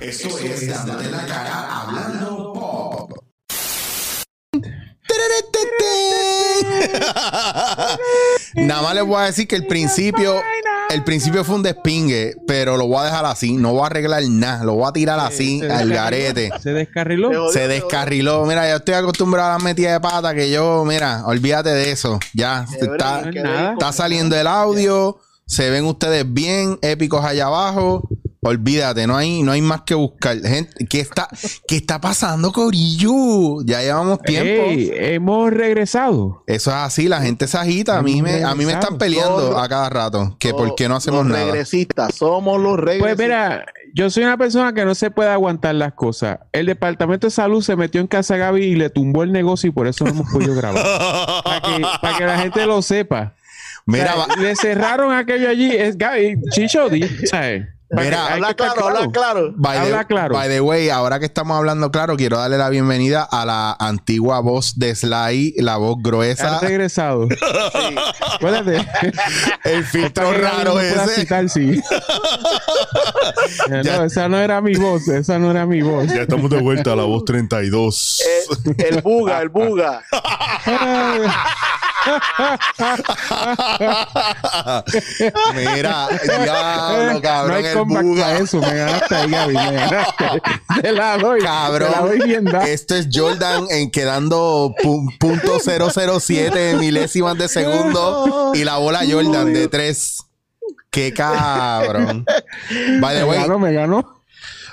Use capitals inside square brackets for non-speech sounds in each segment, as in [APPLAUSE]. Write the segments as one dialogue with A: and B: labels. A: es dándote la cara hablando pop.
B: [LAUGHS] Nada más les voy a decir que el principio, el principio fue un despingue, pero lo voy a dejar así, no voy a arreglar nada, lo voy a tirar así
C: se
B: al
C: descarriló. [LAUGHS]
B: garete.
C: Se descarriló.
B: Se descarriló, mira, yo estoy acostumbrado a las metidas de pata que yo, mira, olvídate de eso, ya,
D: De verdad,
B: está,
D: me quedé
C: está
D: como-
B: está saliendo el audio, se ven ustedes bien, épicos allá abajo, olvídate, no hay, no hay más que buscar. Gente, ¿qué está, qué está pasando, Corillo? Ya llevamos tiempo.
C: Ey, hemos regresado.
B: Eso es así, la gente se agita. A mí me, a mí me están peleando
D: Todo-
B: a cada rato. Que por qué no
D: Los
B: hacemos nada.
D: Regresistas, somos los regresistas.
C: Pues mira, yo soy una persona que no se puede aguantar las cosas. El departamento de salud se metió en casa de Gaby y le tumbó el negocio y por eso no hemos
B: [LAUGHS]
C: podido grabar. Para que, pa' que la gente lo sepa.
B: Mira, va-
C: O sea, le cerraron aquello allí. Es Gaby, Chicho, di- ¿sabes? Pa' que-
B: Mira,
C: hay que
D: habla
C: estar
D: claro, habla claro.
B: by the,
C: habla claro.
B: by the way, ahora que estamos hablando claro, quiero darle la bienvenida a la antigua voz de Sly, la voz gruesa,
C: Ha regresado. Acuérdate.
B: [LAUGHS] el filtro
C: Esta era
B: raro
C: mi voz, la
B: ese. [LAUGHS]
C: citar, sí.
B: Ya.
C: no, esa no era mi voz, esa no era mi voz.
E: Ya estamos de vuelta a la voz 32.
C: Eh,
B: [LAUGHS]
D: El, Eh, el buga, el buga.
B: Mira, diablo,
C: [LAUGHS] Ah, no
B: cabrón,
C: hay
B: el
C: comeback
B: buga.
C: para eso, me ganaste ahí, Gaby, me ganaste. [LAUGHS] Te la doy,
B: Cabrón. eh,
C: te la doy bien dada.
B: Esto Este es Jordan en quedando pu- punto .007 milésimas de
C: [LAUGHS]
B: segundo y la bola Jordan de tres. Qué cabrón. By the
C: Me
B: way,
C: ganó, me ganó.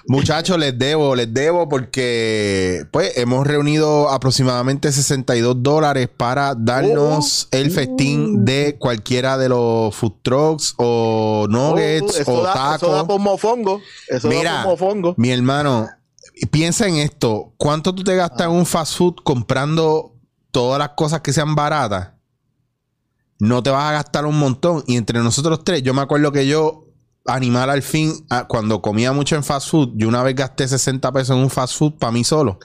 B: muchachos, les debo, les debo porque pues hemos reunido aproximadamente 62 dólares para darnos
C: Oh,
B: el festín de cualquiera de los food trucks o
D: Uh,
C: Oh,
B: nuggets
D: eso,
B: o
D: da, eso da
B: tacos.
D: por mofongo. Eso
B: Mira.
D: da
B: [LAUGHS]
D: por mofongo.
B: Mi hermano, piensa en esto. ¿Cuánto tú te gastas en un fast food comprando todas las cosas que sean baratas? No te vas a gastar un montón. Y entre nosotros tres, yo me acuerdo que yo, animal al fin, a- cuando comía mucho en fast food, yo una vez gasté 60 pesos en un fast food para mí solo.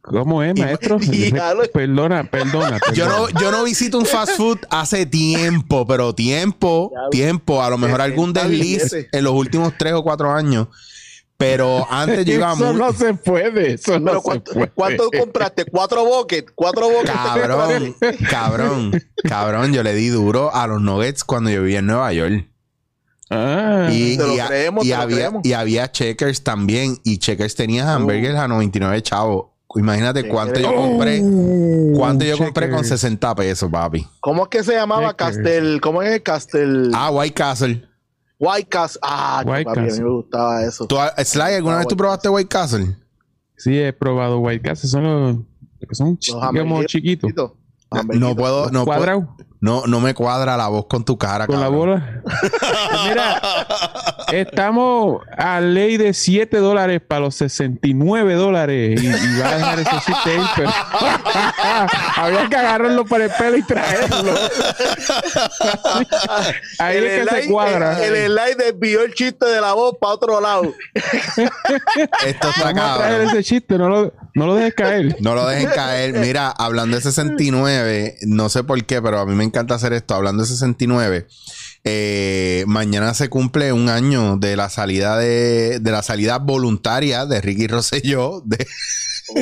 C: ¿Cómo
B: [LAUGHS]
C: es, maestro?
D: y-
C: perdona, [LAUGHS] perdona, perdona.
B: Yo no, yo no visito un fast food hace tiempo, pero tiempo,
D: Ya,
B: tiempo, a lo mejor algún
D: 60
B: desliz
D: billetes.
B: en los últimos tres o cuatro años. Pero antes yo iba
C: Eso
B: mu-
C: no se puede, eso no
D: Pero
C: se
D: ¿cuánto,
C: puede. [LAUGHS]
D: cuánto compraste? Cuatro buckets, cuatro buckets. [LAUGHS]
B: Cabrón, cabrón, cabrón, yo le di duro a los Nuggets cuando yo vivía en Nueva York.
C: Ah,
B: Y,
D: Te lo
B: y a-
D: creemos,
B: y
D: te lo
B: había,
D: creemos.
B: y había Checkers también. Y Checkers tenía hamburgers a 99 chavos. Imagínate
D: Te
B: cuánto yo
D: creo.
B: compré. Cuánto yo compré con
C: Checkers.
B: 60 pesos, papi.
D: ¿Cómo es que se llamaba
C: Checkers.
D: Castel? ¿Cómo es Castel?
B: Ah, White Castle.
D: White Castle. Ah,
C: White
D: papi, a mí
C: Castle.
D: me gustaba eso.
B: ¿Tú, ah, Sly, ¿alguna
D: Ah,
B: vez tú
D: White
B: probaste White Castle?
C: Sí, he probado White Castle, son los que son chi-
D: Los
C: digamos,
D: hamburgueros
C: chiquitos.
D: chiquitos.
B: No
D: Hamburguitos.
B: puedo, no, puedo-
C: Cuadrado.
B: no, no me cuadra la voz con tu cara,
C: Con la
B: cabrón.
C: bola. Pues Mira, estamos a ley de 7 dólares para los 69 dólares. Y, y va a dejar ese chiste ahí, pero [LAUGHS] había que agarrarlo por el pelo y
D: [LAUGHS]
C: traerlo. ahí
D: El
C: es que se
D: Eli-
C: cuadra.
D: El el Eli desvió el chiste de la voz para otro lado.
B: Esto está
C: Vamos a traer
B: cabrón.
C: ese chiste, no lo, no lo dejes caer.
B: No lo dejen caer.
C: [LAUGHS]
B: Mira, hablando de 69, no sé por qué, pero a mí me encanta hacer esto. Hablando de 69, eh, mañana se cumple un año de la salida de, de la salida voluntaria de Ricky Rosselló de-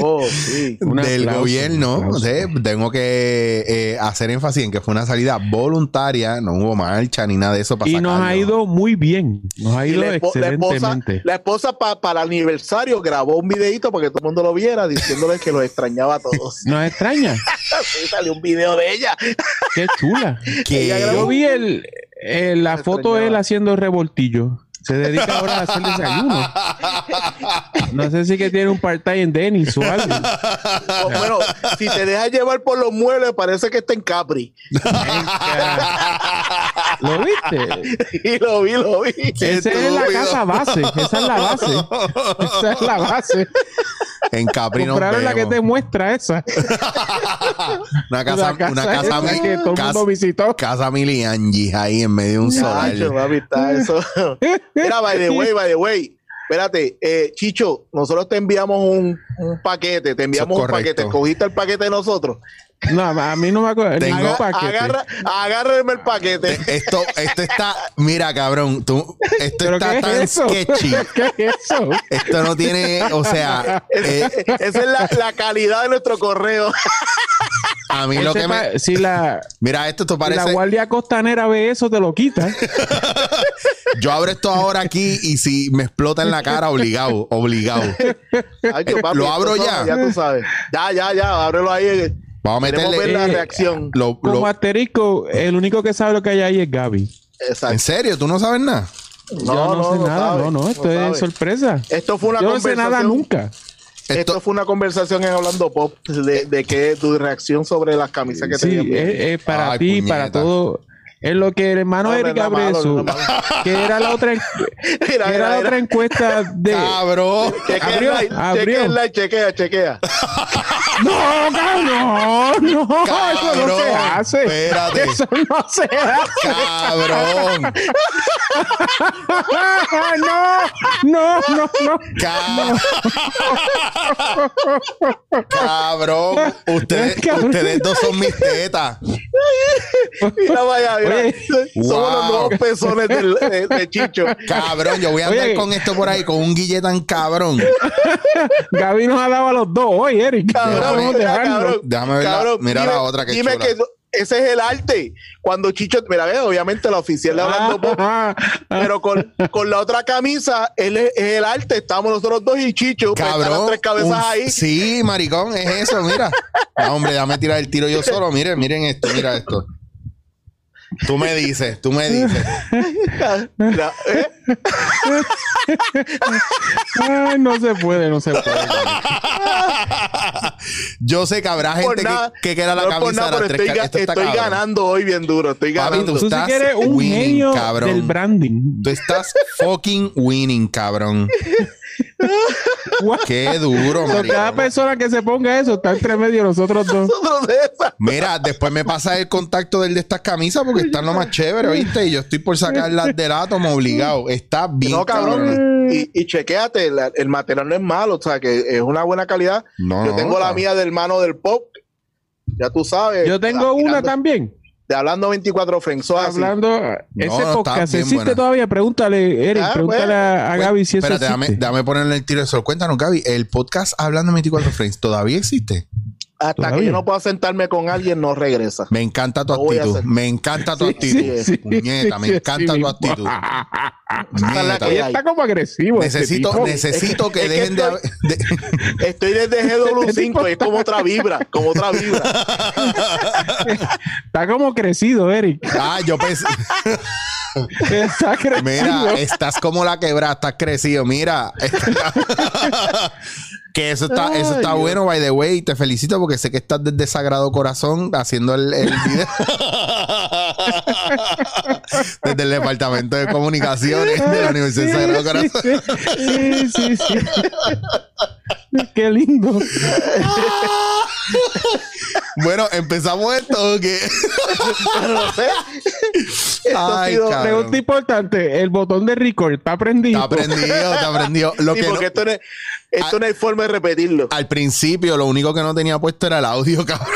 D: Oh, sí.
C: Un
B: del
C: aplauso,
B: gobierno.
C: un aplauso.
B: Sí, Tengo que eh, hacer énfasis en que fue una salida voluntaria, no hubo marcha ni nada de eso. para
C: Y nos
B: sacarlo.
C: ha ido muy bien. Nos ha
D: Y
C: ido
D: la, espo- la esposa,
C: excelentemente.
D: la esposa pa- para el aniversario grabó un videito para que todo el mundo lo viera diciéndole que los extrañaba a todos. [LAUGHS]
C: Nos extraña.
D: Sí, salió un video de ella.
C: Qué chula.
B: Que-
D: Ella
C: Yo vi el, el- la
D: Me
C: foto de él
D: extrañaba.
C: haciendo revoltillo. Se dedica ahora a hacer desayuno. No sé si que tiene un part-time en Dennis o algo.
D: O- Bueno, si te dejas llevar por los muebles, parece que está en Capri. [LAUGHS]
C: ¿Lo viste?
D: Y lo vi, lo vi.
C: Esa es la casa base. Esa es la base. Esa es la base.
B: en Capri nos
C: Compraron la que
B: vemos.
C: te muestra esa.
B: una casa,
C: la casa
B: una casa,
C: esa
B: mi-
C: que todo el
B: casa-
C: mundo visitó.
B: casa Mili Angie ahí en medio de un solar.
D: Chacho, papi, está eso. Mira, by the way, by the way. Espérate, eh, Chicho, nosotros te enviamos un, un paquete, te enviamos un
B: correcto.
D: paquete, cogiste el paquete de nosotros.
C: No, a mí no me acuerdo.
B: Tengo-
C: ningún
D: Aga-
C: paquete.
D: Agarra, agárrame el paquete.
B: Eh, Esto, esto está, mira, cabrón, tú, esto
C: ¿Pero
B: está
C: qué es
B: tan
C: eso?
B: sketchy.
C: ¿Qué es eso?
B: Esto no tiene, o
C: [LAUGHS]
B: sea, eh,
D: Es- Esa es la, la calidad de nuestro correo.
B: a mí lo
C: Ese
B: que me.
C: pa- Si la,
B: Mira, esto, esto
C: la
B: parece.
C: guardia costanera ve eso, te lo quita.
B: Yo abro esto ahora aquí y si me explota en la cara, obligado, obligado.
C: Eh,
D: Hacho, papi,
B: ¿lo abro
D: esto
B: ya?
D: son- Ya tú sabes. Ya, ya, ya, ábrelo ahí. eh,
B: Vamos a
D: Queremos ver
B: meterle.
D: la
C: eh,
D: reacción.
B: lo-
C: Como
B: lo-
C: asterisco, el único que sabe lo que hay ahí es Gaby.
B: ¿En
D: Exacto.
B: serio? ¿Tú no sabes nada?
C: Yo no, sé nada,
D: sabe,
C: no, no, esto es
D: sabe.
C: sorpresa.
D: Esto fue una
C: Yo no sé
D: conversación.
C: nada nunca.
D: Esto,
B: Esto,
D: fue una conversación en Hablando Pop de, de que tu reacción sobre las camisas que
C: Sí, eh,
D: teníamos.
C: es- es para
B: Ay,
C: ti,
B: puñeta.
C: para todo. Es lo que el hermano
D: No, no,
C: Eric
D: no, malo,
C: Abresu,
D: no, malo.
C: que era la otra, que
D: [LAUGHS] Mira,
C: era la
D: mira,
C: otra
D: mira.
C: encuesta de.
B: cabrón.
C: Abrió,
D: Chequea, el like,
C: abrió.
D: chequea, el like, chequea, chequea.
C: ¡No, cabrón! ¡No! ¡Eso no se
B: Cabrón,
C: hace!
B: espérate.
C: ¡Eso no se hace! [LAUGHS]
B: Cabrón.
C: ¡No! ¡No, no, no!
B: Ca- Cabrón, ustedes,
C: [LAUGHS] Cabrón.
B: ustedes dos son mis tetas.
D: Mira, vaya, mira.
C: Oye.
B: Wow.
D: Somos los nuevos pezones del- de, de Chicho.
B: Cabrón, yo voy a andar
C: Oye.
B: con esto por ahí, con un guille tan cabrón.
C: Gaby nos ha dado a los dos hoy, Eric. no
D: Cabrón,
C: podemos
D: mira,
C: dejarlo.
D: cabrón.
B: Déjame ver la-
D: Cabrón,
B: mira la
D: dime-
B: otra que
D: Dime
B: chula.
D: que eso- ese es el arte. Cuando Chicho, mira, ve, obviamente la oficial de Hablando Pop
C: Ah, ah,
D: Pero con, con la otra camisa, él es, es el arte. Estamos nosotros dos y Chicho. pues, están
B: Cabrón.
D: las tres cabezas
B: un-
D: ahí. [LAUGHS]
B: Sí, maricón, es eso, mira. No, hombre, déjame tirar el tiro yo solo. Miren, miren esto, mira esto. Tú me dices, tú me dices.
D: Mira, ¿eh?
C: ay, Ah, no se puede, no
B: [LAUGHS]
C: se puede.
B: Yo sé que habrá
D: Por
B: gente
D: nada,
B: que, que queda la
D: no es por
B: camisa
D: nada,
B: de las
D: pero
B: tres
D: estoy,
B: ca-
D: ga-
B: esto está
D: estoy
B: cabrón.
D: ganando hoy bien duro. Estoy
B: Papi,
D: ganando.
C: Tú sí
B: Estás
C: que eres un
B: winning,
C: genio
B: cabrón.
C: del branding.
B: Tú estás fucking winning, cabrón.
C: What?
B: Qué duro,
C: So, cada
B: maricón.
C: persona que se ponga eso está entre medio de nosotros dos.
D: [LAUGHS] Nosotros de esa.
B: Mira, después me pasa el contacto del de estas camisas porque están lo más chévere, ¿oíste? Y yo estoy por sacarlas del átomo obligado. Está bien,
D: No,
B: cabrón.
D: cabrón. Y, y chequéate, la- el material no es malo. O sea, que es una buena calidad.
B: No,
D: Yo
B: no,
D: tengo la
B: cabrón.
D: mía del mano del pop. Ya tú sabes.
C: Yo tengo una
D: Hablando-
C: también.
D: De hablando 24 Frenzo.
C: Hablando, eh, ese
B: está
C: podcast
B: bien
C: existe
B: buena.
C: todavía. Pregúntale, Eric,
D: Ah,
C: pregúntale a, a Gaby si eso
B: Espérate, dame,
C: existe.
B: dame ponerle el tiro de sol. Cuéntanos, Gaby, el podcast Hablando 24 Frames todavía existe.
D: Hasta que
C: todavía.
D: yo no pueda sentarme con alguien,
C: [LAUGHS]
D: no regresa.
B: Me encanta tu
D: Lo voy a
B: actitud.
D: hacer.
B: Me encanta tu actitud.
C: Sí, sí,
B: Puñeta, me
C: sí,
B: encanta
C: sí,
B: tu
C: mismo.
B: actitud.
D: Esa es la
B: Puñeta.
D: que hay.
C: Está como agresivo. este
B: Necesito,
C: tipo.
B: necesito que
D: es que
B: dejen de,
D: estoy-
B: de-
D: Estoy desde GW5 y es como otra vibra, como
C: [LAUGHS]
D: otra vibra.
C: Está como crecido, Eric.
B: Ah, yo pensé.
C: Está crecido.
D: [LAUGHS]
B: Mira, estás como la quebrada, estás crecido. Mira. [LAUGHS] que eso está, eso está bueno, by the way. Te felicito porque sé que estás desde Sagrado Corazón haciendo el, el
D: [LAUGHS]
B: video. desde el Departamento de Comunicaciones de la Universidad de Sagrado Corazón.
C: Sí, sí, sí.
B: [LAUGHS]
C: Qué lindo.
B: Bueno, empezamos esto. que
D: Pero no sé. Esto ha
B: Ay,
D: sido-
B: cabrón.
C: Pregunta importante. El botón de record está prendido.
B: Te aprendió, te aprendió. Lo
D: Sí,
B: que
D: porque
B: no-
D: esto, no es, esto no hay forma de repetirlo.
B: al principio, lo único que no tenía puesto era el audio, cabrón.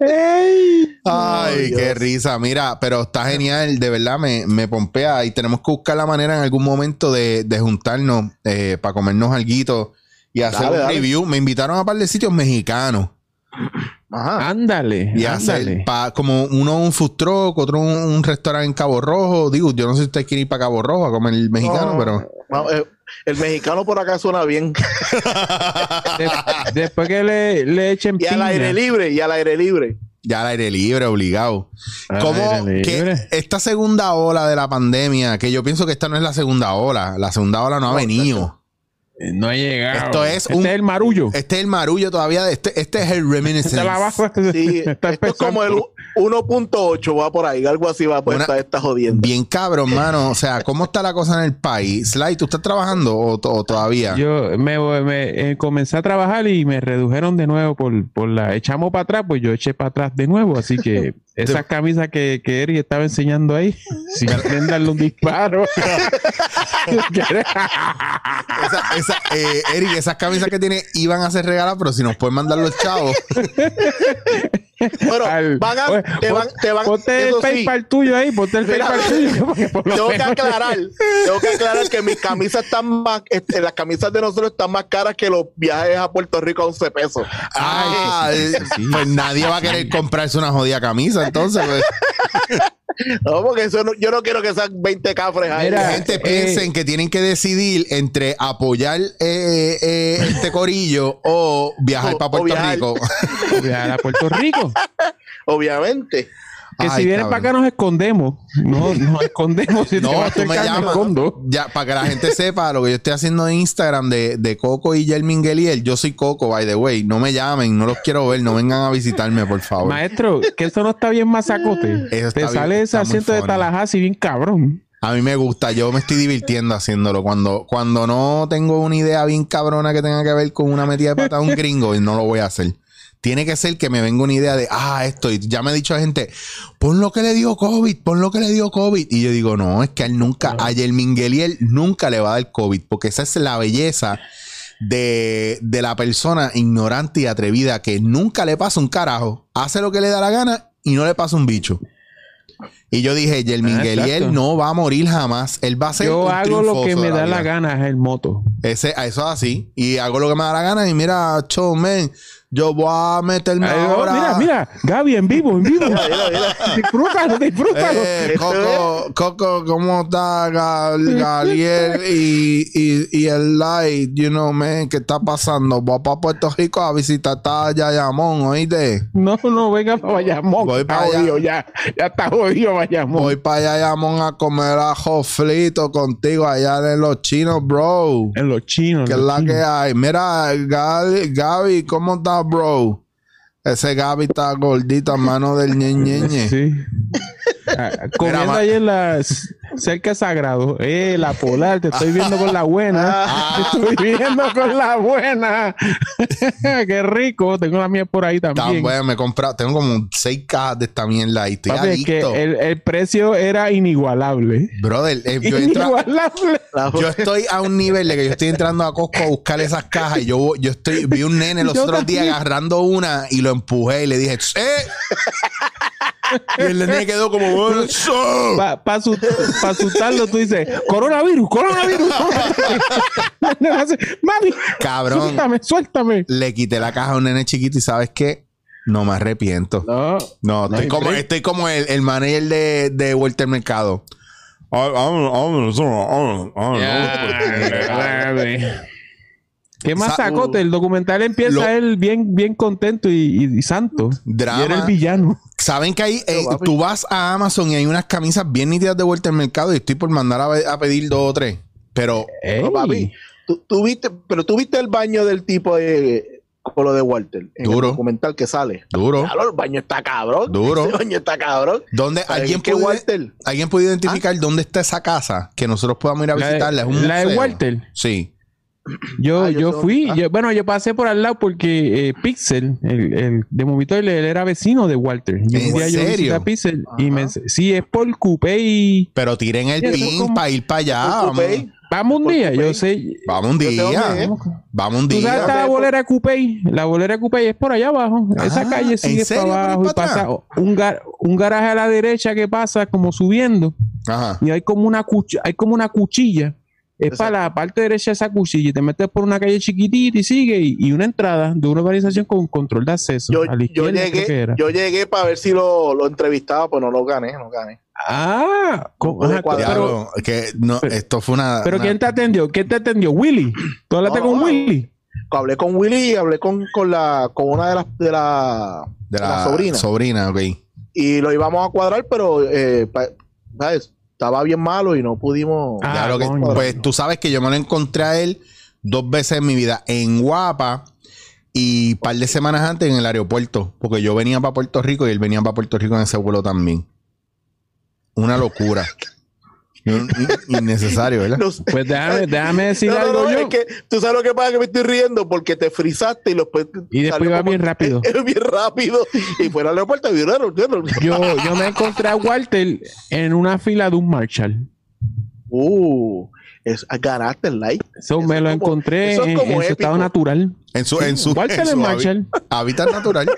C: ¡Ey!
B: Ay,
D: Dios.
B: qué risa. Mira, pero está genial, de verdad, me, me pompea. Y tenemos que buscar la manera en algún momento de, de juntarnos para comernos alguito y hacer
D: Dale,
B: un
D: dale.
B: review. Me invitaron a un par de sitios mexicanos
D: Ajá.
C: Ándale,
B: y hacer
C: ándale.
B: pa- como uno un food truck, otro un, un restaurante en Cabo Rojo. Digo, yo no sé si usted quiere ir para Cabo Rojo a comer el mexicano,
D: No.
B: pero
D: Vamos, eh, el mexicano por acá suena bien.
C: De- después que le, le echen
D: Y al
C: piña.
D: aire libre, y al aire libre.
B: ya al aire libre, obligado.
C: Al
B: Como
C: aire
B: que
C: libre.
B: esta segunda ola de la pandemia, que yo pienso que esta no es la segunda ola, la segunda ola no ha venido.
C: No ha llegado.
B: Esto es
C: Este
B: un-
C: el marullo.
B: Este es el marullo todavía. de- Este, este es el
C: Está
B: reminiscence. [LAUGHS]
C: la bajo.
D: Sí,
C: [LAUGHS] Está
D: esto es como el,
C: empezando.
D: 1.8 va por ahí, algo así va por
B: Una-
D: esta, esta jodienda.
B: Bien cabrón, mano. O sea, ¿cómo está la cosa en el país? Sly, ¿tú estás trabajando o, o todavía?
C: Yo me, voy- me, eh, comencé a trabajar y me redujeron de nuevo por, por la... Echamos para atrás, pues yo eché para atrás de nuevo. Así que esas camisas que, que Eri estaba enseñando ahí, [LAUGHS] si quieren darle un disparo. [LAUGHS]
B: Esa, esa, eh, Eric, esas camisas que tiene iban a ser regaladas, pero si nos pueden mandar los chavos.
D: Bueno,
C: Al-
D: van a,
C: Oye,
D: te van,
C: pon-
D: te van,
C: Ponte el
D: eso sí,
C: PayPal tuyo ahí, ponte el
D: Mira,
C: PayPal tuyo. [LAUGHS] porque por lo
D: tengo
B: [LAUGHS]
D: que
C: menos-
D: aclarar, tengo que aclarar que mis camisas están más, este, las camisas de nosotros están más caras que los viajes a Puerto Rico a 11 pesos.
B: Ah, eh,
C: sí.
B: pues nadie va a querer comprarse una jodida camisa, entonces.
C: [LAUGHS]
B: pues.
D: No, porque eso no- yo no quiero que sean 20 cafres ahí.
B: La
C: Mira,
B: gente
C: eh,
B: piensa en que tienen que decidir entre apoyar eh, eh, este corillo o viajar
D: O-
B: para
D: o
B: Puerto
D: viajar.
B: Rico.
C: Viajar a Puerto Rico.
D: Obviamente.
C: Que
B: Ay,
C: si vienen
B: cabrón.
C: para acá nos escondemos. No, nos escondemos. [LAUGHS] Si te
B: No,
C: vas
B: tú me
C: cerca, me
B: llamas.
C: escondo.
B: Ya, para que la gente sepa lo que yo estoy haciendo en Instagram de, de Coco y Jermin Geliel. Yo soy Coco, by the way. No me llamen, no los quiero ver, no vengan a visitarme, por favor.
C: Maestro, que eso no está bien masacote.
B: Eso
C: Te
B: está
C: sale
B: bien,
C: ese
B: está muy
C: asiento de
B: funny.
C: Tallahassee bien cabrón.
B: A mí me gusta, yo me estoy divirtiendo haciéndolo. Cuando, cuando no tengo una idea bien cabrona que tenga que ver con una metida de pata a un gringo, y no lo voy a hacer. Tiene que ser que me venga una idea de, ah, esto, y ya me ha dicho la gente, pon lo que le dio COVID, pon lo que le dio COVID. Y yo digo, no, es que a él nunca, a Mingueliel nunca le va a dar COVID, porque esa es la belleza de, de la persona ignorante y atrevida que nunca le pasa un carajo, hace lo que le da la gana y no le pasa un bicho. Y yo dije, Yelmin
C: Ah,
B: Geliel
C: exacto.
B: no va a morir jamás. Él va a ser
C: Yo
B: un
C: hago lo que
B: triunfoso
C: me
B: de
C: da
B: vida.
C: la gana, es el moto.
B: Ese, a eso es así. Y hago lo que me da la gana. Y mira, cho, men, yo voy a meterme
C: Ay, oh,
B: ahora.
C: mira, mira, Gaby en vivo, en
B: [LAUGHS]
C: vivo.
D: Mira, mira.
C: disfrútalo, disfrútalo.
B: Eh,
D: Esto
B: Coco, Coco, ¿cómo está Gal- Galiel y, y, y el light? You know, man, ¿qué está pasando? Voy para Puerto Rico a visitar a Yayamón, ¿oíste?
C: No, no, venga para Bayamón.
B: Voy
C: está
B: para allá.
C: jodido ya. Ya está jodido Bayamón.
B: Voy para Yayamón a comer ajo frito contigo allá en los chinos, bro.
C: En los chinos.
B: ¿Qué es
C: en los
B: la
C: chinos.
B: que hay? Mira, Gal- Gaby, ¿cómo estás, bro? Ese Gaby está gordita, mano del ñeñeñe. [LAUGHS]
C: [LAUGHS] Sí. Ah, Comiendo
B: ma-
C: ahí en la cerca de sagrado. Eh, la polar, te estoy viendo con la buena.
B: Ah.
C: Te estoy viendo con la buena. [LAUGHS] Qué rico. Tengo la mía por ahí
B: Tan
C: también.
B: bueno, me he comprado, tengo como seis cajas de esta mierda y estoy
C: Papi, es que
B: adicto.
C: el, el precio era inigualable.
B: Brother, eh,
C: [LAUGHS]
B: yo, entro-
C: Inigualable.
D: La-
B: yo estoy a un nivel de que yo estoy entrando a Costco a buscar esas cajas y yo, yo estoy, vi un nene los
C: Yo
B: otros días
C: también.
B: agarrando una y lo empujé y le dije, ¡eh! y el nene quedó como, "Bueno, eso".
C: Para asustarlo, tú dices, coronavirus,
B: [LAUGHS]
C: coronavirus. [LAUGHS] coronavirus". Mami,
B: Cabrón.
C: suéltame, suéltame.
B: le quité la caja a un nene chiquito y ¿sabes qué? No me arrepiento.
C: No.
B: No, estoy,
C: hay
B: como,
C: break.
B: estoy como el, el manager de, de Walter Mercado. Ah, ah, ah, ah, ah, ah,
C: Qué masacote.
D: Sa- uh,
C: El documental empieza
B: Lo-
C: él bien, bien contento y, y- y santo.
B: Drama.
C: Y era el villano.
B: Saben que ahí eh, tú vas a Amazon y hay unas camisas bien nítidas de vuelta al mercado y estoy por mandar a, ve- a pedir dos o tres. Pero
D: No, papi,
C: Ey.
D: tú, tú viste, pero tú viste el baño del tipo de, con lo de Walter en
B: Duro.
D: el documental que sale.
B: duro,
D: Claro, el baño está cabrón.
B: Duro.
D: Ese baño está cabrón.
B: ¿dónde alguien
D: ¿Alguien que
B: puede,
D: Walter?
B: alguien puede identificar dónde está esa casa que nosotros podamos ir a
C: Ah. La de-
B: visitarla? ¿Es un
C: la de
B: museo?
C: Walter.
B: Sí.
C: Yo,
D: Ah, yo
C: yo
D: sé
C: fui,
D: dónde está.
C: yo- bueno, yo pasé por al lado porque eh, Pixel, el, el de Movitoil, él era vecino de Walter. Y
B: ¿En
C: un día yo
B: serio?
C: visité a Pixel y
D: Ajá.
C: me ense- sí, es por Coupé y
B: Pero tiren el
C: Eso
B: pin
C: como-
B: para ir para allá.
D: Por
B: Ah, Vamos,
D: Coupey.
C: vamos un
D: Por
C: día, yo
D: Coupey.
C: sé.
B: vamos un
D: Yo sé dónde
B: día.
D: es.
B: Vamos un
C: ¿Tú sabes
B: día.
C: está la
D: Por-
C: bolera Coupé? La bolera Coupé es por allá abajo.
B: Ah,
C: Esa calle
B: ¿en
C: sigue
B: serio?
C: para
B: ¿Por ahí
C: abajo y
B: para atrás?
C: pasa un, gar- un garaje a la derecha que pasa como subiendo.
B: Ajá.
C: y hay como una cuchilla, hay como una cuchilla. Es
D: Exacto.
C: para la parte derecha de esa cuchilla y te metes por una calle chiquitita y sigue y, y una entrada de una urbanización con control de acceso.
D: Yo,
C: a la
D: yo
C: izquierda, creo que
D: llegué,
C: era.
D: yo llegué para ver si lo, lo entrevistaba, pero no lo gané, no gané.
C: Ah, ¿cómo?
D: Pude
C: Ajá,
D: cuadrar.
C: pero,
B: Diablo, que no,
C: pero-
B: esto fue una.
C: pero
B: una-
C: ¿quién te atendió? ¿Quién te atendió? Willy. ¿Tú hablaste
D: No, no,
C: con
D: no.
C: Willy?
D: Hablé con Willy y hablé con, con la con una de las de la,
B: de la,
D: la sobrina.
B: Sobrina, ok.
D: y lo íbamos a cuadrar, pero eh, pa- ¿sabes? estaba bien malo y no pudimos.
C: Ah,
B: Diablo, que-
C: coño.
B: pues tú sabes que yo me lo encontré a él dos veces en mi vida. En Guapa y par de semanas antes en el aeropuerto, porque yo venía para Puerto Rico y él venía para Puerto Rico en ese vuelo también. Una locura. [LAUGHS] In- in- Innecesario, ¿verdad?
D: [LAUGHS] No sé.
C: Pues déjame, déjame decir
D: [LAUGHS] No, no,
C: algo
D: no,
C: yo.
D: es que tú sabes lo que pasa que me estoy riendo porque te frizaste y los
C: Y después iba bien rápido.
D: [LAUGHS] bien rápido y fue al aeropuerto y vibraron, vibraron.
C: Yo, yo me encontré a Walter en una fila de un Marshall.
D: Uh, es ganaste el like.
C: Eso
D: Eso
C: me lo
D: es como-
C: encontré
D: eso es
C: en,
D: como
C: en su
D: épico.
C: estado natural.
B: En su, en su,
C: Walter
B: en su
C: en
B: habi-
C: Marshall.
B: hábitat natural.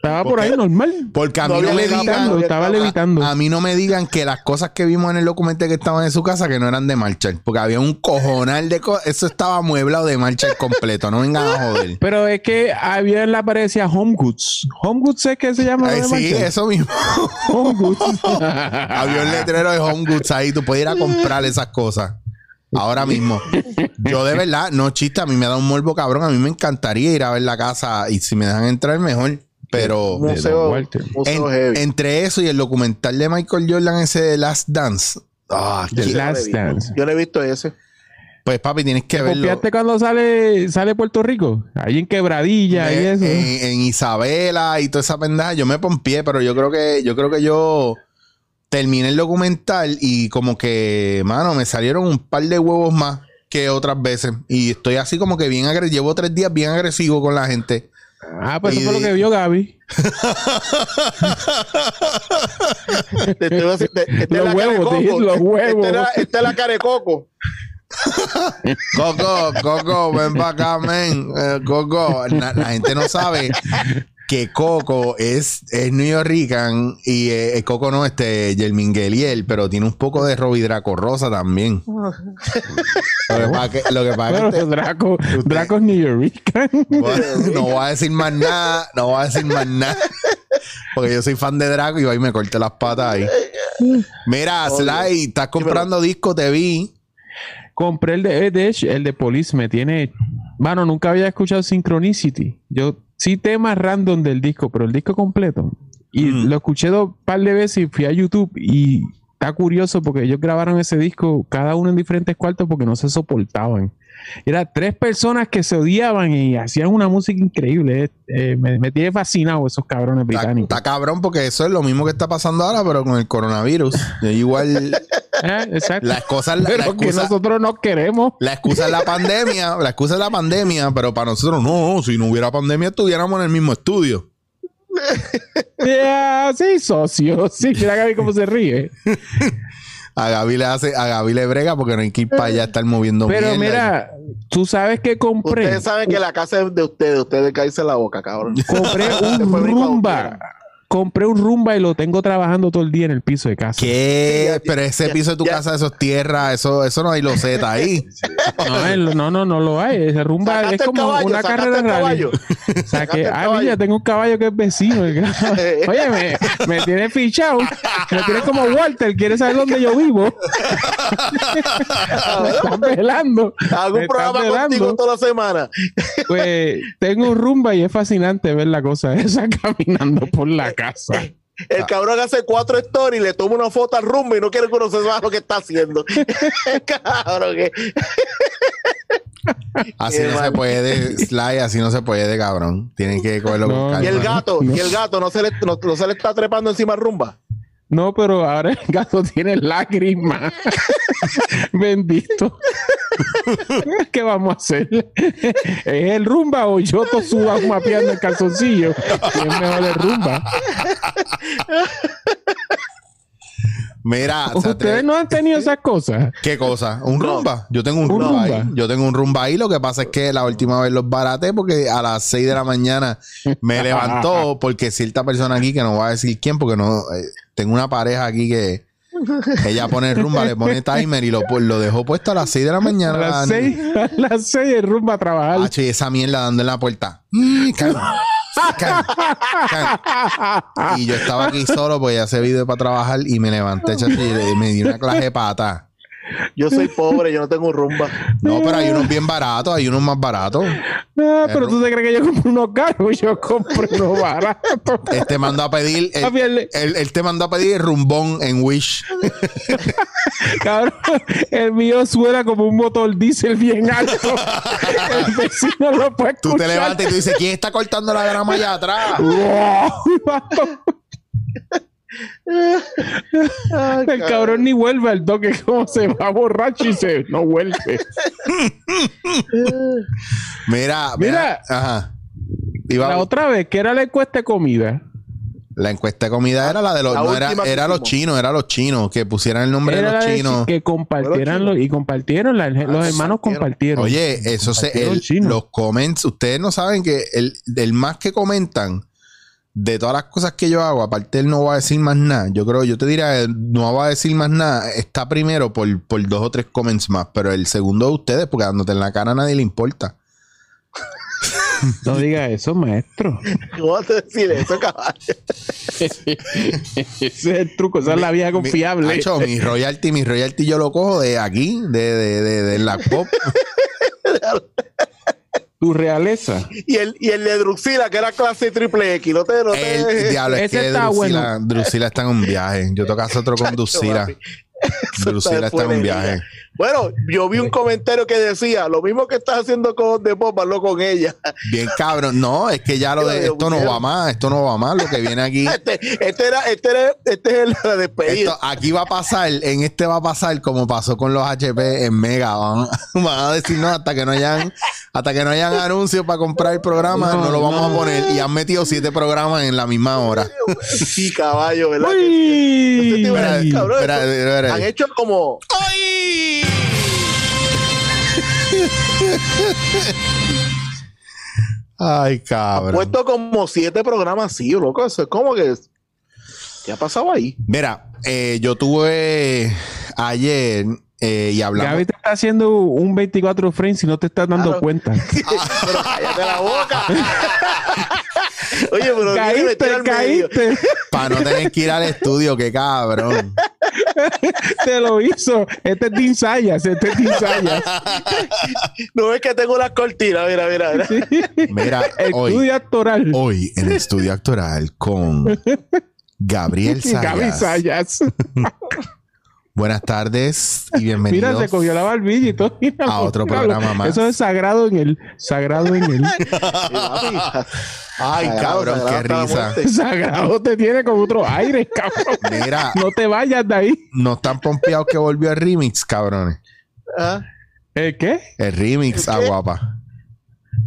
C: Estaba
B: ¿Por
C: por ahí
B: qué?
C: normal.
B: Porque a
D: No
B: mí no
D: había
B: me
D: levitado,
B: digan,
C: Levitando,
D: había
C: estaba
D: estado-
C: levitando.
B: a mí no me digan que las cosas que vimos en el documental que estaban en su casa que no eran de Marshall, porque había un cojonal de cosas. Eso estaba amueblado de Marshall completo. No vengan a joder.
C: Pero es que había en la pared decía Home Goods. Home Goods es que se llama.
B: Ay,
C: lo de
B: sí,
C: Marshall?
B: eso mismo.
C: Home Goods.
B: [LAUGHS] Había
C: [LAUGHS]
B: un letrero de Home Goods ahí, tú puedes ir a comprar esas cosas. Ahora mismo. Yo de verdad, no chiste, a mí me da un morbo cabrón. A mí me encantaría ir a ver la casa y si me dejan entrar, mejor. Pero
D: Museo,
C: Walter.
D: museo
B: en-
D: heavy.
B: entre eso y el documental de Michael Jordan, ese de Last Dance, ah,
C: The
B: que-
C: Last
D: Yo no he visto-
C: Dance.
D: este Yo no he visto ese.
B: pues papi, tienes que verlo.
C: ¿Copiaste cuando sale, sale Puerto Rico? Ahí en Quebradilla y
B: Me-
C: eso.
B: En, en Isabela y toda esa pendeja, yo me pompié, pero yo creo que yo creo que yo terminé el documental y como que, mano, me salieron un par de huevos más que otras veces y estoy así como que bien agresivo, llevo tres días bien agresivo con la gente.
C: Ah, pues
B: y
C: eso fue lo
B: de-
C: que vio Gaby.
D: Te
C: [LAUGHS]
D: estoy haciendo- te- esta es
C: Los
D: la
C: huevos,
D: cara de
C: te dije,
D: [LAUGHS] coco.
C: los
D: Esta es
C: huevos.
D: la- Esta es la cara de coco.
B: Coco, Coco, ven para acá, men. Eh, Coco, na- la gente no sabe que Coco es, es New Yorkan y eh, Coco no, este, Jermin Geliel, pero tiene un poco de Robbie Draco Rosa también. Lo que pasa que, lo que pasa
C: Pero
B: que
C: [LAUGHS] Draco, Draco es New York. [LAUGHS]
B: te- voy- no voy a decir más nada, no voy a decir más nada. Porque yo soy fan de Draco y ahí me corté las patas ahí. Mira,
D: Obvio.
B: Sly, estás comprando disco, te vi.
C: Compré el de Edge, el de Police, me tiene. Mano, nunca había escuchado Synchronicity. Yo sí temas random del disco, pero el disco completo. Y
B: Mm.
C: lo escuché dos par de veces y fui a YouTube y está curioso porque ellos grabaron ese disco cada uno en diferentes cuartos porque no se soportaban. Era tres personas que se odiaban y hacían una música increíble. Eh, eh, me, me tiene fascinado esos cabrones
B: Está,
C: británicos.
B: está cabrón porque eso es lo mismo que está pasando ahora, pero con el coronavirus. Yo igual
C: Eh, exacto.
B: las cosas, la, la
C: Pero que
B: excusa,
C: nosotros no queremos.
B: la excusa es la pandemia, la excusa es la pandemia, pero para nosotros no, no, si no hubiera pandemia estuviéramos en el mismo estudio.
C: Ya, Eh, sí, socio. Sí, mira Gaby cómo se ríe.
B: A Gaby le hace, a Gaby le brega porque no hay que ir para allá a estar moviendo
C: Pero
B: mierda.
C: mira, tú sabes que compré.
D: Ustedes saben que la casa es de ustedes. Ustedes caíse la boca,
C: [LAUGHS]
D: cabrón. [LAUGHS]
C: Compré
D: Después
C: un
D: brinco cuando
C: rumba.
D: quieran.
C: Compré un rumba y lo tengo trabajando todo el día en el piso de casa.
B: ¿Qué?
D: Ya, ya,
B: pero ese
D: ya,
B: piso de tu
D: ya.
B: casa, eso es tierra, eso, eso no hay loseta
C: [LAUGHS]
B: ahí.
C: No, él- no, no, no lo hay. Ese rumba
D: Sacaste
C: es como
D: el caballo,
C: una
D: sacaste
C: carrera
D: el
C: de rally.
D: caballo.
C: [LAUGHS] O sea que,
D: el
C: ah,
D: caballo.
C: mira, tengo un caballo que es
D: [LAUGHS]
C: vecino. [LAUGHS] el caballo. Oye, me, me tiene fichado. Me tiene como Walter, quiere saber dónde yo
D: [LAUGHS]
C: vivo. [LAUGHS] me están velando.
D: Hago
C: Me
D: un
C: están
D: programa contigo
C: velando.
D: toda la semana.
C: Pues tengo un rumba y es fascinante ver la cosa esa [LAUGHS] caminando por la casa. Ah.
D: El cabrón hace cuatro stories, le toma una foto al rumbo y no quiere que uno sepa lo que
C: [LAUGHS]
D: está haciendo. [LAUGHS] cabrón, que
B: Así
D: Qué
B: no se
D: mal.
B: puede, Sly, así no se puede, cabrón. Tienen que cogerlo
C: No,
B: con
C: no.
B: calma.
D: Y el gato, y el gato, no se le, no, no se le está trepando encima al rumba.
C: No, pero ahora el gato [LAUGHS]
B: [LAUGHS]
C: tiene lágrimas. Bendito. [LAUGHS] ¿Qué vamos a hacer? ¿Es el rumba o yo to suba mapeando el calzoncillo? ¿Quién mejor
B: [LAUGHS]
C: el rumba?
B: Mira, se
C: Ustedes
B: atreve-
C: no han tenido esas cosas.
B: ¿Qué cosa? ¿Un rumba? Yo tengo un,
C: ¿Un
B: rumba,
C: rumba?
B: ahí. Yo tengo un rumba ahí. Lo que pasa es que la última vez los baraté porque a las 6 de la mañana
C: [LAUGHS]
B: me levantó porque cierta persona aquí, que no voy a decir quién, porque no... eh, tengo una pareja aquí que... Ella pone rumba, le pone timer y lo, pu- lo dejó puesto a las 6 de la
C: A
B: mañana.
C: las seis, a las seis el rumba a trabajar.
B: Hacho, y esa mierda dando en la puerta. Mm, can, can, can. Y yo estaba aquí solo porque ya se video para trabajar y me levanté chacho, y le- me di una clase de pata.
D: Yo soy pobre, yo no tengo un rumba.
B: No, pero hay unos bien baratos, hay unos más baratos.
C: Ah, pero
B: Perro.
C: tú te crees que yo compro unos caros, yo compro
B: [LAUGHS]
C: unos baratos.
B: Él te mandó Este a pedir.
C: Ah,
B: Él,
C: bien,
B: él- él te mandó a pedir rumbón en Wish.
C: Cabrón, el mío suena como un motor diésel
B: [LAUGHS]
C: bien alto. El vecino lo puede escuchar.
B: Tú te levantas y tú dices, ¿quién está cortando la grama allá atrás?
D: Ay,
C: El cabrón ni vuelve al toque, como se va borracho y se no vuelve.
B: Mira,
C: Mira.
B: Ajá. Iba-
C: La
B: la,
C: otra vez, que era la encuesta de comida,
B: encuesta de comida era la de los.
D: La
B: no, era,
D: última que
B: era los
D: hicimos.
B: chinos, era los chinos. Que pusieran el nombre de
C: era
B: los
C: la de
B: chinos.
C: que compartieran
D: Los
C: los- y compartieron, la- los hermanos compartieron.
B: Oye, eso se.
C: Compartieron
B: el-
C: chino.
B: los comments, ustedes no saben que el, del más que comentan. De todas las cosas que yo hago, aparte él no va a decir más nada. Yo creo, yo te diría, él no va a decir más nada. Está primero por, por dos o tres comments más, pero el segundo de ustedes, porque dándote en la cara a nadie le importa.
C: No diga eso, maestro.
D: ¿Cómo vas a decir eso, caballo?
C: Ese es el truco, esa es la vieja
B: Mi,
C: confiable.
B: Hacho, mi royalty, mi royalty yo lo cojo de aquí, de, de, de, de la pop.
C: [LAUGHS] Tu realeza.
D: Y el, y el de Druxila, que era clase triple X, no te, no te-
B: El diablo, es
C: Ese
B: que
C: está
B: Drusila, Drusila está en un viaje. Yo toco hacer otro con
D: [LAUGHS]
B: Drusila.
D: papi.
B: Drusila está en un
D: fuera de
B: viaje.
D: liga. Bueno, yo vi un comentario que decía, lo mismo que estás haciendo con De Pop, hazlo con ella. [LAUGHS]
B: Bien cabrón. No, es que ya lo de esto no va más, esto no va más. Lo que viene
D: [LAUGHS]
B: aquí,
D: Este, este era, este era, este es [LAUGHS] la despedida.
B: esto, aquí va a pasar, en este va a pasar como pasó con los HP en Mega. Van, [LAUGHS] van a decir no hasta que no hayan, hasta que no hayan anuncios para comprar el programa, no,
C: No,
B: lo vamos
C: no.
B: a poner. Y han metido siete programas en la misma hora.
D: Sí, caballo, ¿verdad?
C: Uy.
D: Este
B: Espera,
D: Ay, cabrón,
B: espera,
D: eso-
B: espera, espera.
D: Han hecho como.
B: Ay, cabrón.
D: puesto como siete programas así, loco. Eso es como que. ¿Qué ha pasado ahí?
B: Mira, eh, yo tuve ayer eh, y hablamos.
C: Gaby te está haciendo un 24 frames y no te estás dando
D: Claro.
C: cuenta.
D: [LAUGHS] Pero cállate la boca. [LAUGHS] Oye, pero tiene que meter
C: Caíste,
D: al medio.
C: caíste.
B: Para no tener que ir al estudio, qué cabrón.
C: Te lo hizo. Este es Dean Sayas, este es Dean Sayas.
D: No es que tengo las cortinas, mira, mira, mira.
B: Mira, hoy,
C: [LAUGHS] Estudio actoral.
B: hoy en el estudio actoral con Gabriel
C: [LAUGHS] Gaby
B: Sayas.
C: Sayas.
B: Buenas tardes y
C: Mira,
B: bienvenidos.
C: se cogió la barbilla y todo. Mira,
B: A otro
C: míralo.
B: programa más.
C: Eso es sagrado en él. Sagrado en
B: [LAUGHS]
C: él.
B: Ay, cabrón, qué risa.
C: sagrado te tiene con otro aire, cabrón.
B: Mira,
C: No te vayas de ahí.
B: no están pompeados que volvió el remix, cabrones.
D: Ah,
C: ¿Eh, ¿Qué?
B: El remix
D: ¿El
B: a
D: qué?
B: guapa.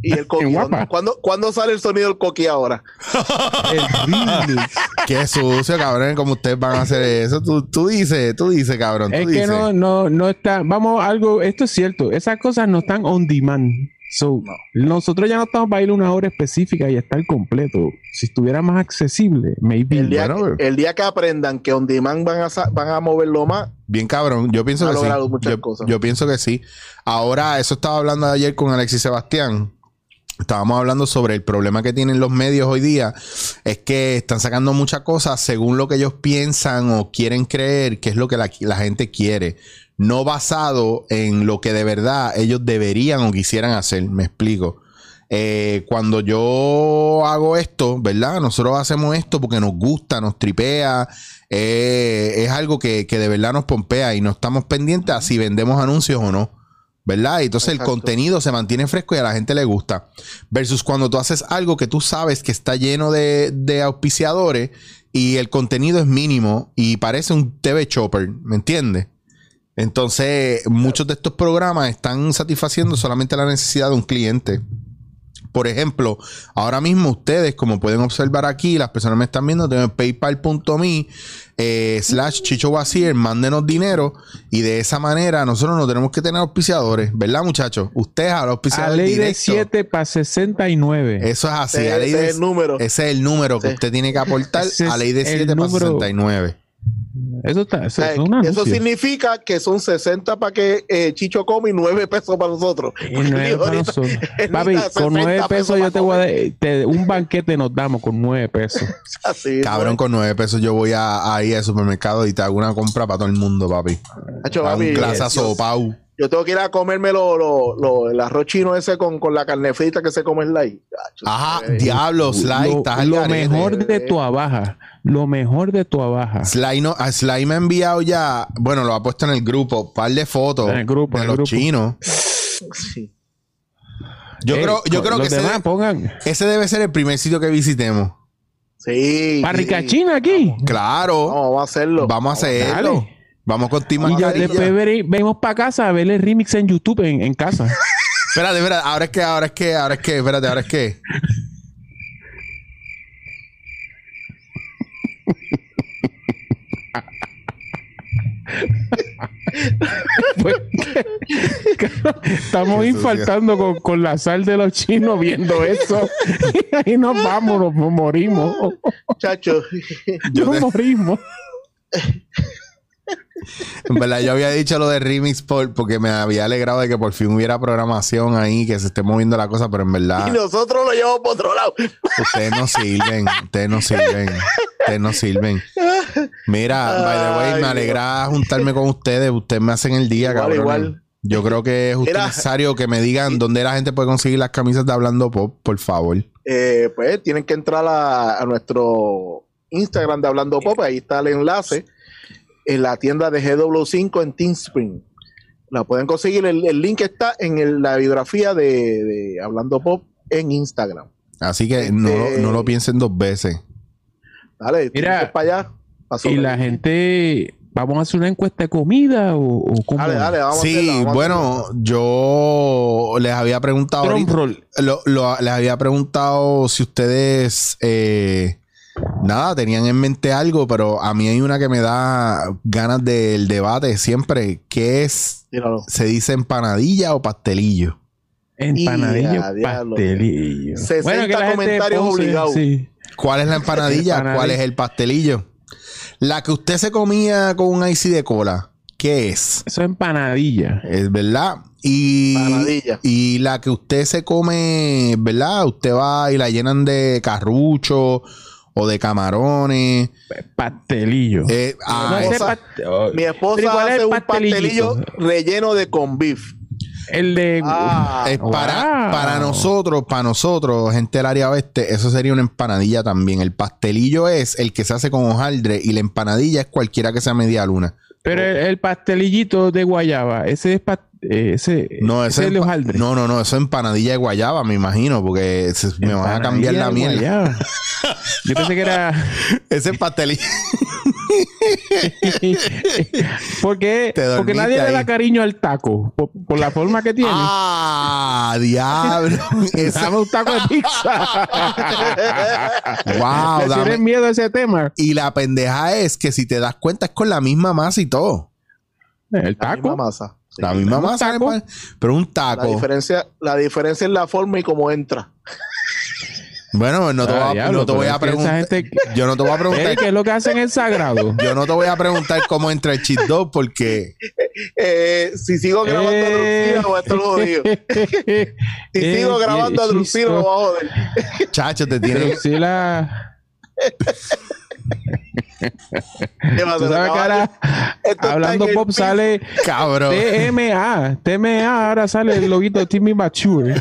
D: Y el coqui.
C: Qué guapa.
D: ¿Cuándo, cuándo sale el sonido del coqui ahora?
B: [LAUGHS]
C: El remix.
B: Qué sucio, cabrón, como ustedes van a hacer eso. Tú, tú dices, tú dices, cabrón. Tú
C: Es que
B: dices.
C: no, no, no está. Vamos, algo, esto es cierto. Esas cosas no están on demand. So, Nosotros ya no estamos para ir una hora específica y estar completo. Si estuviera más accesible, maybe.
D: El día,
B: Bueno,
D: que, el día que aprendan que on demand van a, sa- van a moverlo más,
B: Bien cabrón, yo pienso
D: Ha
B: que sí.
D: logrado muchas
B: Yo,
D: cosas.
B: yo pienso que sí. Ahora, eso estaba hablando ayer con Alexis Sebastián. Estábamos hablando sobre el problema que tienen los medios hoy día. Es que están sacando muchas cosas según lo que ellos piensan o quieren creer, que es lo que la, la gente quiere. No basado en lo que de verdad ellos deberían o quisieran hacer. Me explico. Eh, cuando yo hago esto, ¿verdad? Nosotros hacemos esto porque nos gusta, nos tripea, eh, es algo que, que de verdad nos pompea y no estamos pendientes a si vendemos anuncios o no, ¿verdad? Y entonces
D: Exacto.
B: el contenido se mantiene fresco y a la gente le gusta. Versus cuando tú haces algo que tú sabes que está lleno de, de auspiciadores y el contenido es mínimo y parece un TV chopper, ¿me entiendes? Entonces, muchos de estos programas están satisfaciendo solamente la necesidad de un cliente. Por ejemplo, ahora mismo ustedes, como pueden observar aquí, las personas me están viendo, tienen paypal.me eh, slash Chicho Basir, mándenos dinero y de esa manera nosotros no tenemos que tener auspiciadores, ¿verdad muchachos? Ustedes a los
C: a
B: auspiciadores
C: ley de
B: directos.
C: 7 para 69.
B: Eso es así,
D: ese,
B: a ley
D: ese
B: de-
D: es el número.
B: ese es el número que
D: Sí.
B: usted tiene que aportar
C: Ese es
B: a ley de
C: el
B: 7 para
C: número.
B: 69.
C: Eso, está, eso,
D: sea,
C: es un
D: eso
C: anuncio.
D: significa que son 60 para que eh, Chicho come y 9 pesos para nosotros. [LAUGHS]
C: [LAUGHS] Con nueve
D: Dijo
C: para
D: ahorita,
C: [LAUGHS] nosotros.
D: él
C: Papi,
D: necesita
C: con
D: 60
C: nueve pesos yo
D: para
C: te voy a dar te- un banquete nos damos con nueve
B: [LAUGHS]
C: pesos.
D: [LAUGHS] comer. Así,
B: Cabrón, con nueve pesos yo voy a, ahí al supermercado y te hago una compra para todo el mundo, papi.
D: Nacho,
B: A un
D: papi,
B: clase
D: yo,
B: sopau.
D: yo tengo que ir a comerme lo, lo- lo- el arroz chino ese con, con la carne frita que se come en light. Nacho,
B: Ajá,
D: eh,
B: diablo, Sly,
C: lo
B: estás al
C: lo
B: garete.
C: mejor de tu abaja. Lo mejor de tu abaja.
B: Sly, no, a Sly me ha enviado ya, bueno, lo ha puesto en el grupo, un par de fotos
C: En el grupo,
B: de
C: en el
B: los
C: grupo.
B: chinos.
D: [LAUGHS] sí.
B: Yo
C: Ey,
B: creo, yo creo
C: con-
B: que
C: Eh, los
B: ese,
C: demás pongan
B: ese debe ser el primer sitio que visitemos.
D: Sí.
C: barrica china aquí.
B: Claro,
D: No, vamos a hacerlo.
B: vamos a hacerlo.
C: Dale.
B: Vamos con Tim
C: Y ya
B: Mascarilla.
C: después vere- venimos para casa a ver el remix en YouTube en, en casa. [LAUGHS]
B: Espérate, espérate, ahora es que, ahora es que, ahora es que, espérate, ahora es que.
C: Pues, [LAUGHS]
B: Eso
C: Estamos
B: sí.
C: infartando con, con la sal de los chinos viendo
D: Pues,
C: eso. [LAUGHS] Y ahí nos vamos, nos morimos.
D: Chacho. [LAUGHS]
B: Yo
C: Nos
B: te-
C: morimos.
B: En verdad, yo había dicho lo de Remix por, porque me había alegrado de que por fin hubiera programación ahí, que se esté moviendo la cosa, pero en verdad,
D: Y nosotros lo llevamos por otro lado.
B: ustedes no sirven, ustedes no sirven, ustedes no sirven. Mira, by the way,
D: Ay,
B: me
D: Dios.
B: alegra juntarme con ustedes, ustedes me hacen el día,
D: Igual,
B: cabrón.
D: igual.
B: Yo creo que es justo y
D: Mira.
B: necesario que me digan dónde la gente puede conseguir las camisas de Hablando Pop, por favor.
D: eh, pues tienen que entrar a, a nuestro Instagram de Hablando Pop, ahí está el enlace, en la tienda de GW5 en Teamspring. La pueden conseguir, el, el link está en el- la biografía de, de Hablando Pop en Instagram.
B: Así que no, lo-
D: Este,
B: no lo piensen dos veces.
D: Dale,
C: Mira,
D: para allá. pa'
C: Y la
D: sobre.
C: gente, ¿vamos a hacer una encuesta de comida o, o cómo?
D: Dale, dale, vamos a
B: Sí,
D: hacerla, vamos a
B: bueno,
D: hacerla.
B: yo les había preguntado
C: Drum
B: ahorita-
C: roll.
B: lo- lo- les había preguntado si ustedes eh, nada, tenían en mente algo, pero a mí hay una que me da ganas del debate siempre, que es
D: Tíralo.
B: se dice empanadilla o pastelillo.
C: Empanadillo,
B: ah,
D: Ya, diablo.
C: pastelillo.
D: 60
C: gente de
D: comentarios
C: Ponce,
D: obligados.
C: sí.
B: ¿Cuál es la empanadilla?
C: Empanadilla.
B: ¿Cuál es el pastelillo? La que usted se comía con un icy de cola, ¿qué es?
C: Eso es empanadilla.
B: Es verdad. Y,
D: Empanadilla.
B: y la que usted se come, ¿verdad? Usted va y la llenan de carrucho o de camarones.
C: Pastelillo.
B: Eh, ah,
C: No sé,
B: esa-
C: paste- oh,
D: Mi
C: pero
D: esposa
C: ¿cuál es
D: hace
C: el
D: un pastelillo
C: pastelillito?
D: relleno de con beef.
C: El de.
D: Ah,
B: es para,
C: wow.
B: para nosotros, para nosotros, gente del área oeste, eso sería una empanadilla también. El pastelillo es el que se hace con hojaldre y la empanadilla es cualquiera que sea media luna.
C: Pero el, el pastelillito de guayaba, ese es. pa- eh, ese,
B: No,
C: ese
B: eso
C: es
B: es
C: el de
B: empa-
C: hojaldre.
B: No, no, no, eso es empanadilla de guayaba, me imagino, porque se- me van a cambiar la
C: Empanadilla de
B: miel.
C: guayaba. Yo pensé que era.
B: [LAUGHS]
C: [LAUGHS]
B: Ese pastelillo.
C: porque,
B: Te
C: porque
B: dormiste
C: nadie le
B: ahí.
C: da cariño al taco. Por, por la forma que tiene. [LAUGHS]
B: ¡Ah, diablo! Esa-
C: Dame un taco de
B: [LAUGHS]
C: pizza.
B: ¡Wow!
C: Le
B: Ah, dame-
C: tienes miedo a ese tema.
B: Y la pendeja es que si te das cuenta es con la misma masa y todo.
C: El
D: la misma
C: taco.
D: masa. Sí.
B: La misma
C: ¿Un
B: masa,
C: taco?
B: ¿eh? pero un
D: La
B: taco.
D: diferencia, la diferencia es la forma y cómo entra.
B: Bueno, no te,
C: Ah,
B: voy, a,
C: diablo,
B: no te voy
C: pero
B: a
C: es que
B: preguntar.
C: esa
B: [LAUGHS]
C: gente-
B: Yo no te voy a
C: Ey,
B: preguntar.
C: ¿Qué es lo que hacen en el
B: [LAUGHS]
C: sagrado?
B: Yo no te voy a preguntar cómo entra el cheat dog porque
D: Eh, si sigo grabando a
C: Eh.
D: Drusila, pues, voy a
C: [LAUGHS]
D: estar jodido. Si
C: Eh,
D: sigo grabando a
C: eh,
D: Drusila,
C: chico.
D: lo voy a joder.
B: chacho te tiene. Ah,
C: Drusila.
D: ¿Qué pasa,
C: Tú sabes que
D: caballo?
C: ahora
D: Esto está
C: hablando
D: en el
C: pop
D: piso.
C: sale
B: Cabrón.
C: TMA. TMA ahora sale el loguito de Timmy Mature.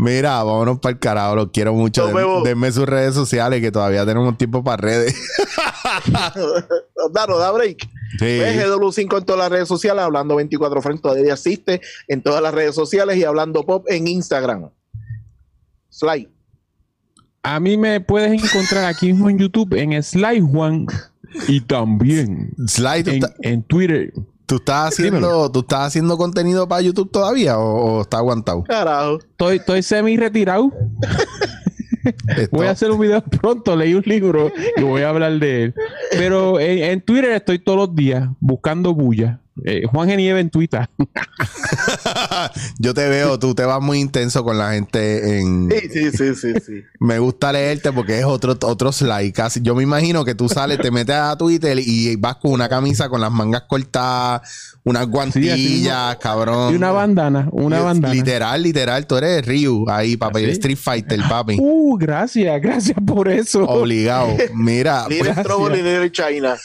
B: Mira, vámonos para el carajo, los quiero mucho.
D: Nos vemos.
B: Den- denme sus redes sociales que todavía tenemos tiempo para redes.
D: [LAUGHS] Nos da, nos da break.
B: Sí.
D: Pues, GW5 en todas las redes sociales, hablando 24 Frank todavía existe en todas las redes sociales y hablando pop en Instagram. Slide.
C: A mí me puedes encontrar aquí mismo en YouTube, en Sly Juan y también
B: Sly, ¿tú,
C: en,
B: estás-
C: en Twitter.
B: tú estás haciendo, ¿tú estás haciendo contenido para YouTube todavía o, o está aguantado?
D: Carajo.
C: Estoy, estoy semi retirado. Voy
B: Esto-
C: a hacer un video [LAUGHS] pronto, leí un libro y voy a hablar de él. Pero en, en Twitter estoy todos los días buscando bulla. Eh, Juan Genieve en Twitter.
B: Yo te veo, tú te vas muy intenso con la gente en...
D: Sí, sí, sí, sí,
C: [LAUGHS]
D: sí.
B: Me gusta leerte porque es otro, otro slide. Casi. Yo me imagino que tú sales, te metes a Twitter y vas con una camisa con las mangas cortadas, unas guantillas, cabrón.
C: Y una bandana, una
B: Es
C: bandana.
B: Literal, literal. Tú eres Ryu ahí, papi.
C: ¿Sí?
B: Street Fighter,
C: [LAUGHS]
B: papi.
C: Uh, gracias, gracias por eso.
B: Oh, Obligado. Mira,
C: Ah,
B: pues,
D: Little Trouble in
C: [LAUGHS]
D: Little China.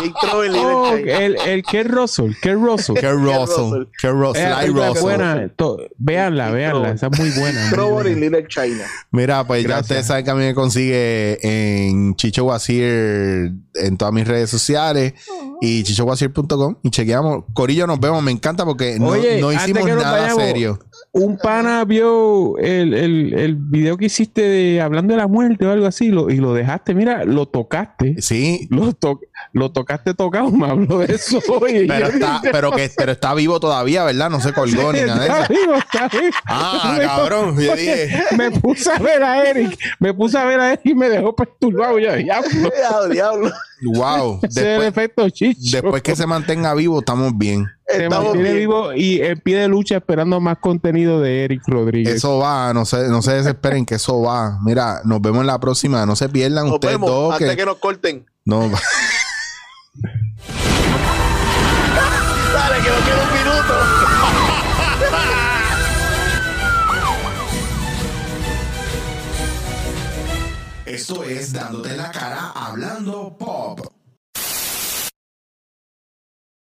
D: Big Trouble in
C: Oh,
D: Little China.
C: el, el Ken Russell, Ken Russell.
B: Ker Russell. Ker Russell. Sly
C: Esa película es
B: Russell.
C: Eh, buena, to- véanla, véanla, esa es muy buena. muy
D: Trouble in
C: buena.
D: Little
C: [LAUGHS]
D: China.
B: Mira, pues ya
C: Gracias.
B: ustedes saben que a mí me consigue en Chicho Guasir en todas mis redes sociales y chichoguasir.com y chequeamos. Corillo, nos vemos. Me encanta porque no,
C: Oye,
B: no
C: antes
B: hicimos
C: que nos
B: nada
C: vayamos,
B: serio.
C: Un pana vio el, el, el video que hiciste de hablando de la muerte o algo así lo- y lo dejaste, mira, lo tocaste.
B: Sí,
C: Lo, to- lo tocaste tocado, me habló
B: [LAUGHS]
C: de eso. Oye,
B: pero está, pero que, pero está vivo todavía, ¿verdad? No se colgó ni nada de eso.
C: Está vivo, está vivo. [LAUGHS]
B: Ah, cabrón. Yo dije,
C: Me puse a ver a Eric, me puse a ver a Eric y me dejó perturbado ya. pues, diablo.
D: Diablo, diablo.
B: wow.
C: Ese es el
B: Después,
C: efecto chicho.
B: después que se mantenga vivo, estamos bien.
C: se
D: Estamos
C: mantiene
D: bien.
C: vivo y en pie de lucha esperando más contenido de Eric Rodríguez.
B: Eso va, no se, no se desesperen que eso va. Mira, nos vemos en la próxima. No se pierdan
D: Nos
B: ustedes
D: vemos
B: dos.
D: antes
B: Que,
D: que nos corten.
B: no,
D: Dale, que nos queda un minuto.
A: Esto es Dándote la cara hablando pop.